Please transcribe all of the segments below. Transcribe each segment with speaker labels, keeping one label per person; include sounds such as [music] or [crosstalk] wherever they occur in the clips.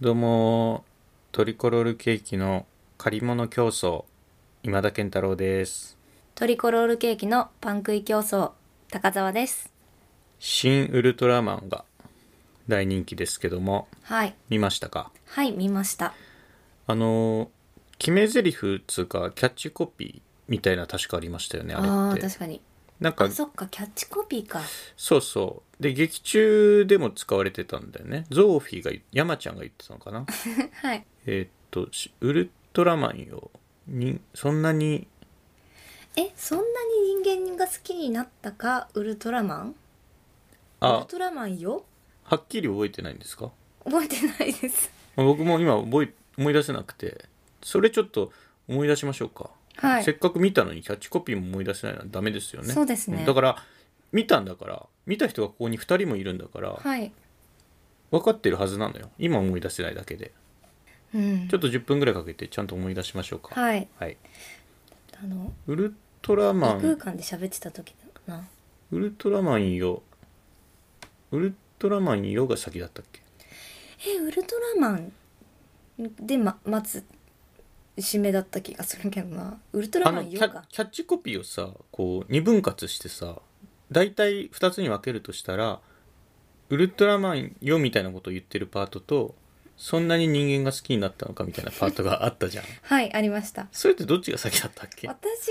Speaker 1: どうもトリコロールケーキの借り物競争今田健太郎です
Speaker 2: トリコロールケーキのパン食い競争高澤です
Speaker 1: 新ウルトラマンが大人気ですけども
Speaker 2: はい
Speaker 1: 見ましたか
Speaker 2: はい見ました
Speaker 1: あの決め台詞つうかキャッチコピーみたいな確かありましたよねあ
Speaker 2: ああ
Speaker 1: れ
Speaker 2: ー
Speaker 1: って
Speaker 2: 確かに
Speaker 1: なんか
Speaker 2: そっかキャッチコピーか [laughs]
Speaker 1: そうそうで劇中でも使われてたんだよねゾーフィーが山ちゃんが言ってたのか
Speaker 2: [laughs]
Speaker 1: な
Speaker 2: はい
Speaker 1: えーっとしウルトラマンよにそんなに
Speaker 2: えそんなに人間が好きになったかウルトラマンウル
Speaker 1: あ
Speaker 2: トラマンよ
Speaker 1: はっきり覚えてないんですか
Speaker 2: 覚えてないです
Speaker 1: 僕も今覚え思い出せなくてそれちょっと思い出しましょうか、
Speaker 2: はい
Speaker 1: せっかく見たのにキャッチコピーも思い出せないのはダメですよね
Speaker 2: そうですね
Speaker 1: んだから見たんだから見た人がここに2人もいるんだから、
Speaker 2: はい
Speaker 1: 分かってるはずなのよ今思い出せないだけで
Speaker 2: うん
Speaker 1: ちょっと10分ぐらいかけてちゃんと思い出しましょうか
Speaker 2: はい
Speaker 1: はい、
Speaker 2: あの
Speaker 1: ウルトラマ
Speaker 2: 異空
Speaker 1: ン
Speaker 2: 間で喋ってた時だな
Speaker 1: ウルトラマンよウルトラマンよが先だったっけ
Speaker 2: えウルトラマンで、ま、待つ締めだった気がするけどなウルトラ
Speaker 1: あ
Speaker 2: マ
Speaker 1: の
Speaker 2: ン
Speaker 1: キ
Speaker 2: よ
Speaker 1: ャ
Speaker 2: か
Speaker 1: キャッチコピーをさこう二分割してさ大体2つに分けるとしたら「ウルトラマンよ」みたいなことを言ってるパートと「そんなに人間が好きになったのか」みたいなパートがあったじゃん [laughs]
Speaker 2: はいありました
Speaker 1: それってどっちが先だったっけ
Speaker 2: 私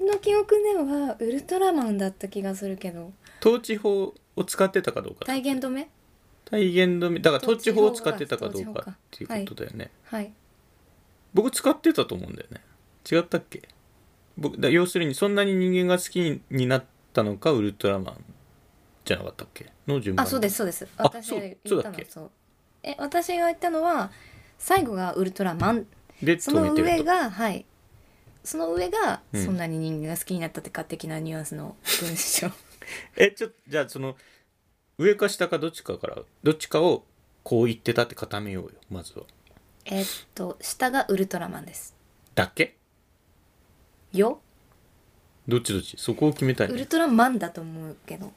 Speaker 2: の記憶ではウルトラマンだった気がするけど
Speaker 1: 統治法を使ってたかどうか
Speaker 2: 体言止め
Speaker 1: 体言止めだから統
Speaker 2: 統
Speaker 1: 治
Speaker 2: 治
Speaker 1: 法
Speaker 2: 法
Speaker 1: を使ってたかどうか
Speaker 2: が
Speaker 1: っていうことだよね、
Speaker 2: はい
Speaker 1: 僕使ってたと思うんだよね違ったっけ僕だ要するにそんなに人間が好きになったのかウルトラマンじゃなかったっけの順番
Speaker 2: あそうですそうです
Speaker 1: あ
Speaker 2: 私
Speaker 1: そ
Speaker 2: が
Speaker 1: う
Speaker 2: 言っ
Speaker 1: そうだ
Speaker 2: た
Speaker 1: っ
Speaker 2: の
Speaker 1: け
Speaker 2: そうえ私が言ったのは最後がウルトラマン
Speaker 1: で
Speaker 2: そ
Speaker 1: 止め
Speaker 2: の
Speaker 1: て
Speaker 2: 上
Speaker 1: ると
Speaker 2: がはいその上が、
Speaker 1: うん
Speaker 2: そんなに人間が好きになったってか的なニュアンスの文
Speaker 1: [laughs]
Speaker 2: 章
Speaker 1: えちょじゃあその上か下かどっちかからどっちかをこう言ってたって固めようよまずは
Speaker 2: えっと下がウルトラマンです
Speaker 1: だっけ
Speaker 2: よ
Speaker 1: どっちどっちそこを決めたい
Speaker 2: ウル
Speaker 1: ね
Speaker 2: トラマンだと思うけど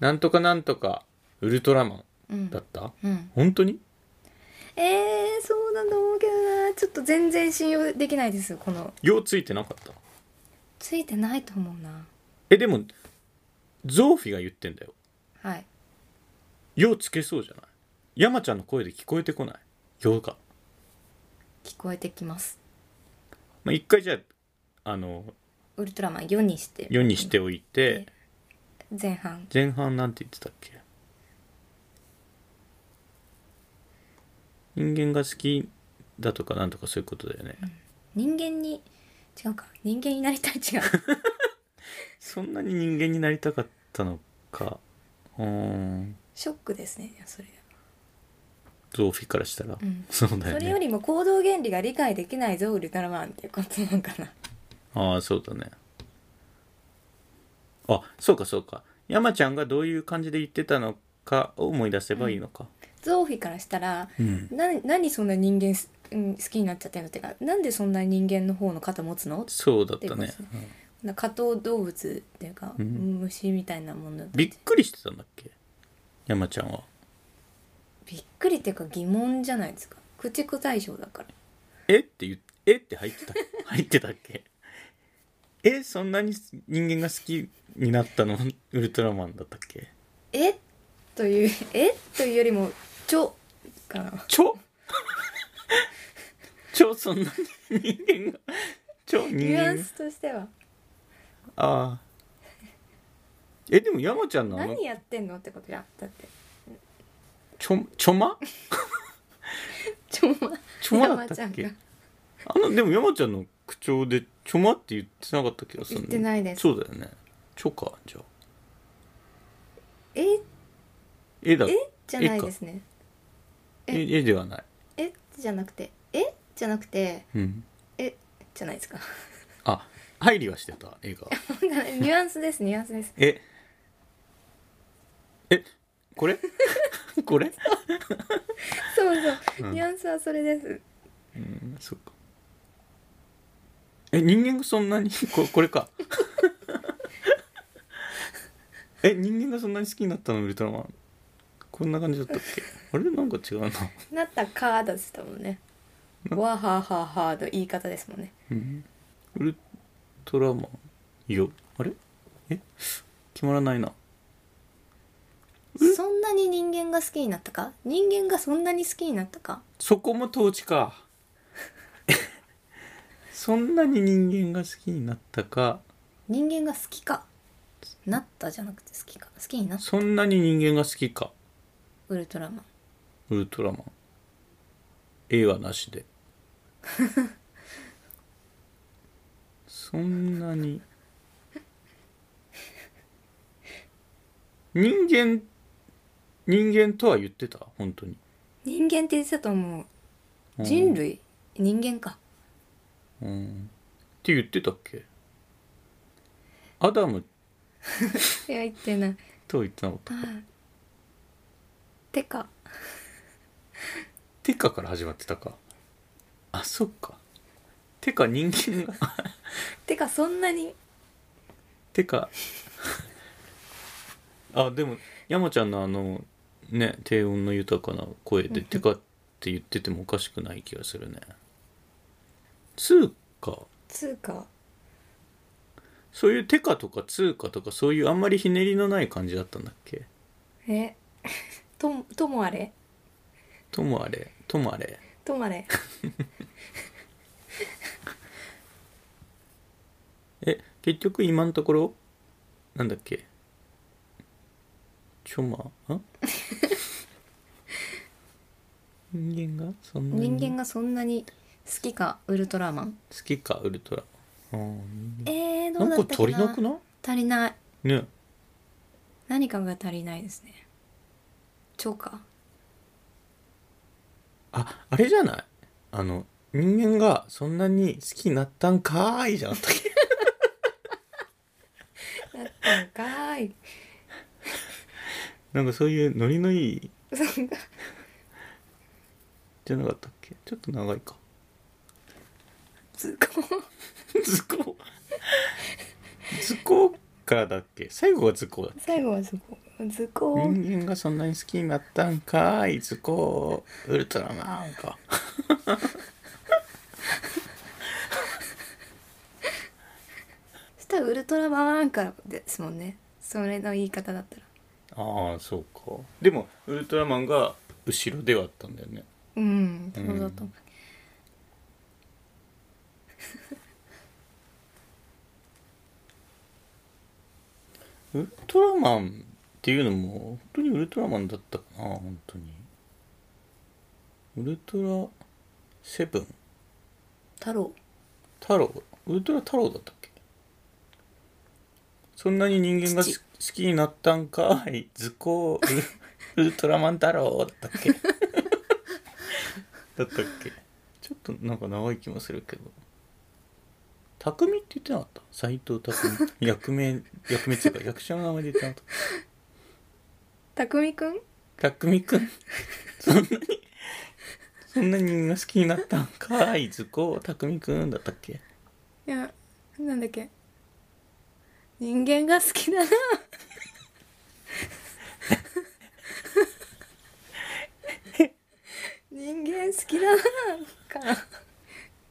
Speaker 1: なんとかなんとかウルトラマ
Speaker 2: う
Speaker 1: ン
Speaker 2: ん
Speaker 1: だった
Speaker 2: うん
Speaker 1: 本当に
Speaker 2: えー、そうだと思うけどなちょっと全然信用できないですこの
Speaker 1: ようついてなかった
Speaker 2: ついてないと思うな
Speaker 1: えでもゾーフィーが言ってんだよ
Speaker 2: はい
Speaker 1: ようつけそうじゃない山ちゃんの声で聞こえてこないようが
Speaker 2: 聞こえてきます
Speaker 1: まあ、一回じゃああの
Speaker 2: ウルトラマン4にして
Speaker 1: 世にしておいて
Speaker 2: 前半
Speaker 1: 前半なんて言ってたっけ人間が好きだとかなんとかそういうことだよね、
Speaker 2: 人間に違うか人間になりたい違う
Speaker 1: [laughs] そんなに人間になりたかったのかうーん
Speaker 2: ショックですねそれ
Speaker 1: ゾーフィーからしたら、
Speaker 2: うん
Speaker 1: そうだ
Speaker 2: そ
Speaker 1: よ
Speaker 2: れよ
Speaker 1: ね
Speaker 2: りも行動原理が理解できないぞウルトラマンっていうことなのか
Speaker 1: [laughs]
Speaker 2: な
Speaker 1: ああそうだねあそうかそうか山ちゃんがどういう感じで言ってたのかを思い出せばいいのか、
Speaker 2: ゾーフィーからしたら
Speaker 1: うん
Speaker 2: な何そんな人間す、うん、好きになっちゃってるのっていうかなんでそんな人間の方の肩持つの
Speaker 1: そうだったね
Speaker 2: っていうことな下等動物っていうか、
Speaker 1: うん
Speaker 2: 虫みたいなものだ
Speaker 1: びっくりしてたんだっけ山ちゃんは
Speaker 2: びっくりっていうか疑問じゃないですか駆逐対象だから
Speaker 1: えって言っえって入
Speaker 2: [laughs]
Speaker 1: ってた入ってたっけえそんなに人間が好きになったのウルトラマンだったっけ
Speaker 2: えというえというよりもちょかな [laughs]
Speaker 1: 超超そんなに人間が超
Speaker 2: ニ
Speaker 1: 人
Speaker 2: ュア
Speaker 1: 間
Speaker 2: ン
Speaker 1: が
Speaker 2: スとしては
Speaker 1: ああえでも山ちゃんのあの
Speaker 2: 何やってんのってことじゃんだって
Speaker 1: ちょちょま
Speaker 2: ちょま
Speaker 1: ちょまだったっ
Speaker 2: 山ちゃ
Speaker 1: け
Speaker 2: んが
Speaker 1: あのでも山ちゃんの口調でちょまって言ってなかった気がする
Speaker 2: 言ってないです
Speaker 1: そうだよねちょかじゃあ
Speaker 2: え
Speaker 1: えだ
Speaker 2: えじゃないですね
Speaker 1: ええではない、
Speaker 2: えじゃなくてえじゃなくて
Speaker 1: うん、
Speaker 2: えじゃないですか
Speaker 1: あ入りはしてた映画
Speaker 2: ニュアンスですニュアンスです
Speaker 1: ええこれ [laughs] これ、
Speaker 2: そうそう、
Speaker 1: うん
Speaker 2: ニュアンスはそれです
Speaker 1: うん、そっかえ人間がそんなに [laughs] ここれかえ人間がそんなに好きになったのウルトラマンこんな感じだったっけあれなんか違うな、
Speaker 2: なったかーだっつったもんねわははははの言い方ですもんね
Speaker 1: うん、ウルトラマンよあれえ決まらないな
Speaker 2: そんなに人間が好きになったか人間がそんなに好きになったか
Speaker 1: そこも統治か [laughs] そんなに人間が好きになったか
Speaker 2: 人間が好きかなったじゃなくて好きか好きになった
Speaker 1: そんなに人間が好きか
Speaker 2: ウルトラマン
Speaker 1: ウルトラマン A はなしで [laughs] そんなに人間人間とは言ってた本当に
Speaker 2: 人間って言ってたと思う
Speaker 1: うん
Speaker 2: 人類人間か
Speaker 1: うんって言ってたっけアダム
Speaker 2: いや言ってない
Speaker 1: とは言ってなかった
Speaker 2: てか
Speaker 1: テカから始まってたかあそっかてか人間が [laughs]
Speaker 2: てかそんなに
Speaker 1: てか [laughs] あでも山ちゃんのあのね低音の豊かな声で「てか」って言っててもおかしくない気がするね通貨
Speaker 2: つうか
Speaker 1: そういう「てか」とか「通貨」とかそういうあんまりひねりのない感じだったんだっけ
Speaker 2: え [laughs] ともともあれ
Speaker 1: ともあれともあれ
Speaker 2: ともあれ
Speaker 1: え結局今のところなんだっけちょま
Speaker 2: [laughs]
Speaker 1: ん人間がそんなに
Speaker 2: 人間がそんなに好きかウルトラマン
Speaker 1: 好きかウルトラマンあ
Speaker 2: えー、
Speaker 1: ー
Speaker 2: どうだ
Speaker 1: なん
Speaker 2: っ
Speaker 1: か
Speaker 2: た
Speaker 1: 足
Speaker 2: か
Speaker 1: り
Speaker 2: な
Speaker 1: なくない
Speaker 2: 足りない
Speaker 1: ね
Speaker 2: 何かが足りないですね超か
Speaker 1: ああれじゃないあの人間がそんなに好きになったんかーいじゃなか
Speaker 2: [laughs]
Speaker 1: ったっけ
Speaker 2: だったんかーい
Speaker 1: なんかそういうノリのいい
Speaker 2: そんな
Speaker 1: [laughs] じゃなかったっけちょっと長いか
Speaker 2: 図工
Speaker 1: [laughs] 図工図工からだっけ最後が図工だっけ
Speaker 2: 最後は図工図工
Speaker 1: 人間がそんなに好きになったんかーい図工ウルトラマンか
Speaker 2: そしたらウルトラマンからですもんねそれの言い方だったら
Speaker 1: ああそうかでもウルトラマンが後ろではあったんだよね
Speaker 2: うんそうだと思う、
Speaker 1: ウルトラマンっていうのも本当にウルトラマンだったかな本当にウルトラセブン
Speaker 2: 太郎
Speaker 1: 太郎ウルトラ太郎だったっけそんなに人間が好
Speaker 2: 父
Speaker 1: 好きになったんかい図工ウルウルトラマン太郎だったっけだったっけちょっとなんか長い気もするけど匠って言ってなかった斎藤匠役名役名っていうか役者の名前で言ってなかった
Speaker 2: 匠くん
Speaker 1: たくみくん、そんなに、そんなに人間が好きになったんかい、図工、たくみくんだったっけ
Speaker 2: いやなんだっけ人間が好き
Speaker 1: [laughs]
Speaker 2: だな人間好きだなか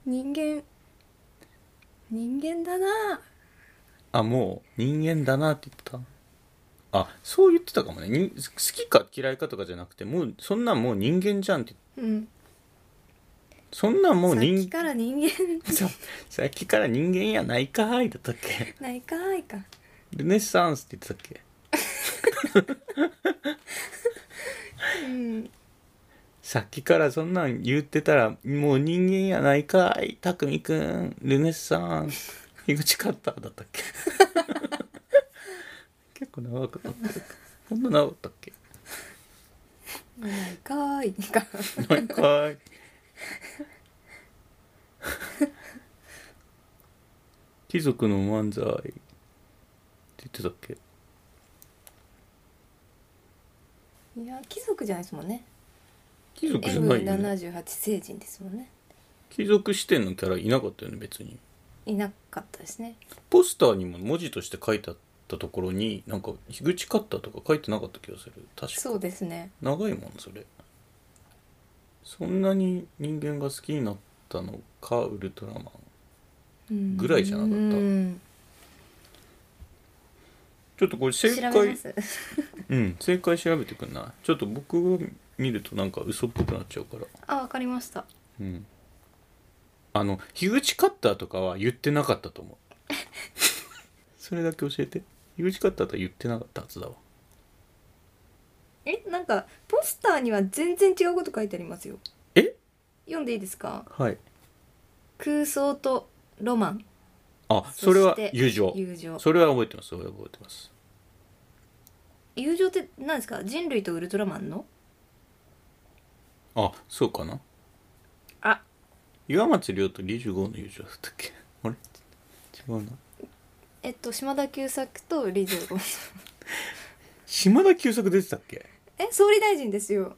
Speaker 2: 人間人間だな
Speaker 1: あ、もう人間だなって言ってた。あ、そう言ってたかもね。に好きか嫌いかとかじゃなくて、もう、そんなんもう人間じゃんって。
Speaker 2: うん
Speaker 1: そんなんもう
Speaker 2: さっき
Speaker 1: 人、
Speaker 2: から人間
Speaker 1: さ [laughs] さっきから人間やないかいだったっけ [laughs]
Speaker 2: ないかいか
Speaker 1: ルネッサンスって言ってたっけ
Speaker 2: うん
Speaker 1: さっきからそんなん言ってたら、もう人間やないかい、たくみくん、ルネッサンス、樋口カッターだった [laughs] っけ結構長くなってる。ほんと長かったっけ
Speaker 2: ないかいか
Speaker 1: ないかい。貴族の漫才って言ってたっけ
Speaker 2: いや貴族じゃないですもんね
Speaker 1: 貴族じゃないよ、ね、
Speaker 2: M78 成人ですもんね
Speaker 1: 貴族視点のキャラいなかったよね、別に。
Speaker 2: いなかったですね
Speaker 1: ポスターにも文字として書いてあっったところになんか樋口カッターとか書いてなかった気がする確か
Speaker 2: そうですね
Speaker 1: 長いもんそれそんなに人間が好きになったのかウルトラマン
Speaker 2: うん
Speaker 1: ぐらいじゃなかった
Speaker 2: うん
Speaker 1: ちょっとこれ
Speaker 2: 調
Speaker 1: 正
Speaker 2: べま
Speaker 1: 解
Speaker 2: す
Speaker 1: うん正解調べてくんないちょっと僕が見るとなんか嘘っぽくなっちゃうから
Speaker 2: あわかりました
Speaker 1: うんあの樋口カッターとかは言ってなかったと思う [laughs] それだけ教えて樋口カッターとは言ってなかったはずだわ
Speaker 2: えなんかポスターには全然違うこと書いてありますよ
Speaker 1: え
Speaker 2: 読んでいいですか
Speaker 1: はい
Speaker 2: 空想とロマン
Speaker 1: あ
Speaker 2: そして
Speaker 1: それは友情
Speaker 2: 友情
Speaker 1: それは覚えてますそれは覚えてます
Speaker 2: 友情って何ですか人類とウルトラマンの
Speaker 1: あそうかな
Speaker 2: あ
Speaker 1: 岩松亮と25の友情だったっけあれ違うな
Speaker 2: えっと島田久作とリズゴ
Speaker 1: [laughs] 島田久作出てたっけ
Speaker 2: え総理大臣ですよ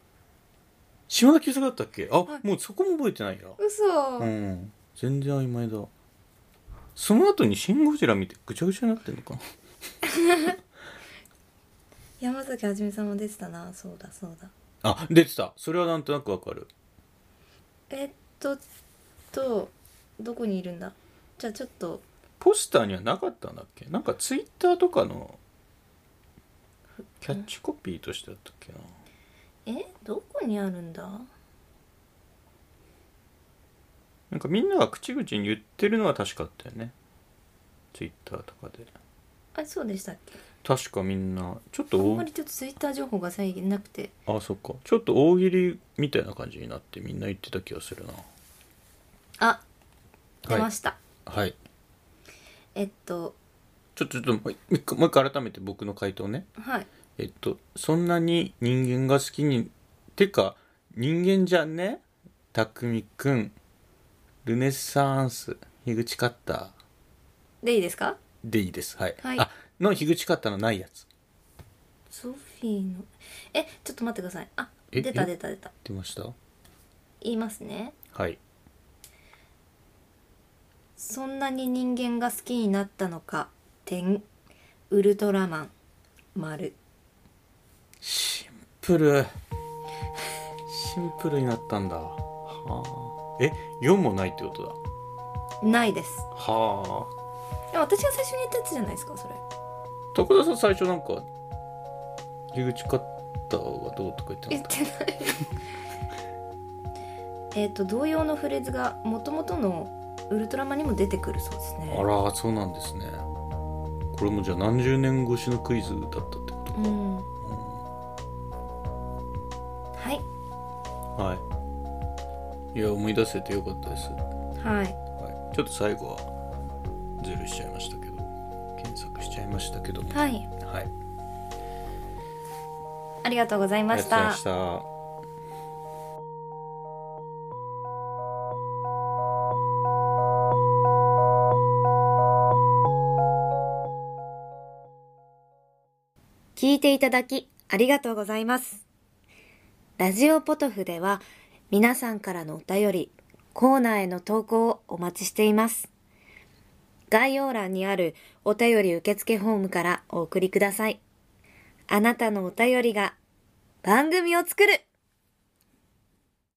Speaker 1: 島田久作だったっけあ、
Speaker 2: はい
Speaker 1: もうそこも覚えてないや
Speaker 2: 嘘、
Speaker 1: うん全然曖昧だその後に「シン・ゴジラ」見てぐちゃぐちゃになってんのかな
Speaker 2: 山崎はじめさんも出てたなそうだそうだ
Speaker 1: あ出てたそれはなんとなくわかる
Speaker 2: えっととどこにいるんだじゃあちょっと
Speaker 1: ポスターにはなかったんだっけなんかツイッターとかのキャッチコピーとしてだったっけな
Speaker 2: えどこにあるんだ
Speaker 1: なんかみんなが口々に言ってるのは確かあったよねツイッターとかで
Speaker 2: あそうでしたっけ
Speaker 1: 確かみんなちょっ
Speaker 2: あ
Speaker 1: と
Speaker 2: ん
Speaker 1: 大
Speaker 2: まりちょっとツイッター情報が最近なくて
Speaker 1: あそっかちょっと大喜利みたいな感じになってみんな言ってた気がするな
Speaker 2: あ出
Speaker 1: は
Speaker 2: ま
Speaker 1: い
Speaker 2: した、
Speaker 1: はい
Speaker 2: えっと
Speaker 1: ちょちょっともう一回もう一回改めて僕の回答ね
Speaker 2: はい
Speaker 1: えっとそんなに人間が好きにてか人間じゃんねたくみくんルネッサンス樋口カッター
Speaker 2: でいいですか
Speaker 1: でいいですはい、
Speaker 2: はい
Speaker 1: あの樋口カッターのないやつ
Speaker 2: ソフィーのえちょっと待ってくださいあ
Speaker 1: え
Speaker 2: 出た
Speaker 1: え
Speaker 2: 出た出た
Speaker 1: 出ました
Speaker 2: 言いますね
Speaker 1: はい
Speaker 2: そんなに人間が好きになったのか点ウルトラマン丸
Speaker 1: シンプルシンプルになったんだはあえ4もないってことだ
Speaker 2: ないです
Speaker 1: はあ
Speaker 2: でも私が最初に言ったやつじゃないですかそれ
Speaker 1: 徳田さん最初なんか樋口カッターがどうとか言って
Speaker 2: 言
Speaker 1: な
Speaker 2: っ
Speaker 1: かって
Speaker 2: ない [laughs] えっと同様のフレーズがもともとのウルトラマンにも出てくるそうです
Speaker 1: た
Speaker 2: ね
Speaker 1: あらそうなんですねこれもじゃあ何十年越しのクイズだったってこ
Speaker 2: うん
Speaker 1: と
Speaker 2: は
Speaker 1: か、
Speaker 2: い
Speaker 1: うんはいいや思い出せてよかったです、は
Speaker 2: はい
Speaker 1: い、ちょっと最後はズルしちゃいましたけど検索しちゃいましたけども
Speaker 2: はい
Speaker 1: はい
Speaker 2: ありがとうございました
Speaker 1: ありがとうございました
Speaker 2: 聞いていただきありがとうございます。ラジオポトフでは皆さんからのお便り、コーナーへの投稿をお待ちしています。概要欄にあるお便り受付フォームからお送りください。あなたのお便りが番組を作る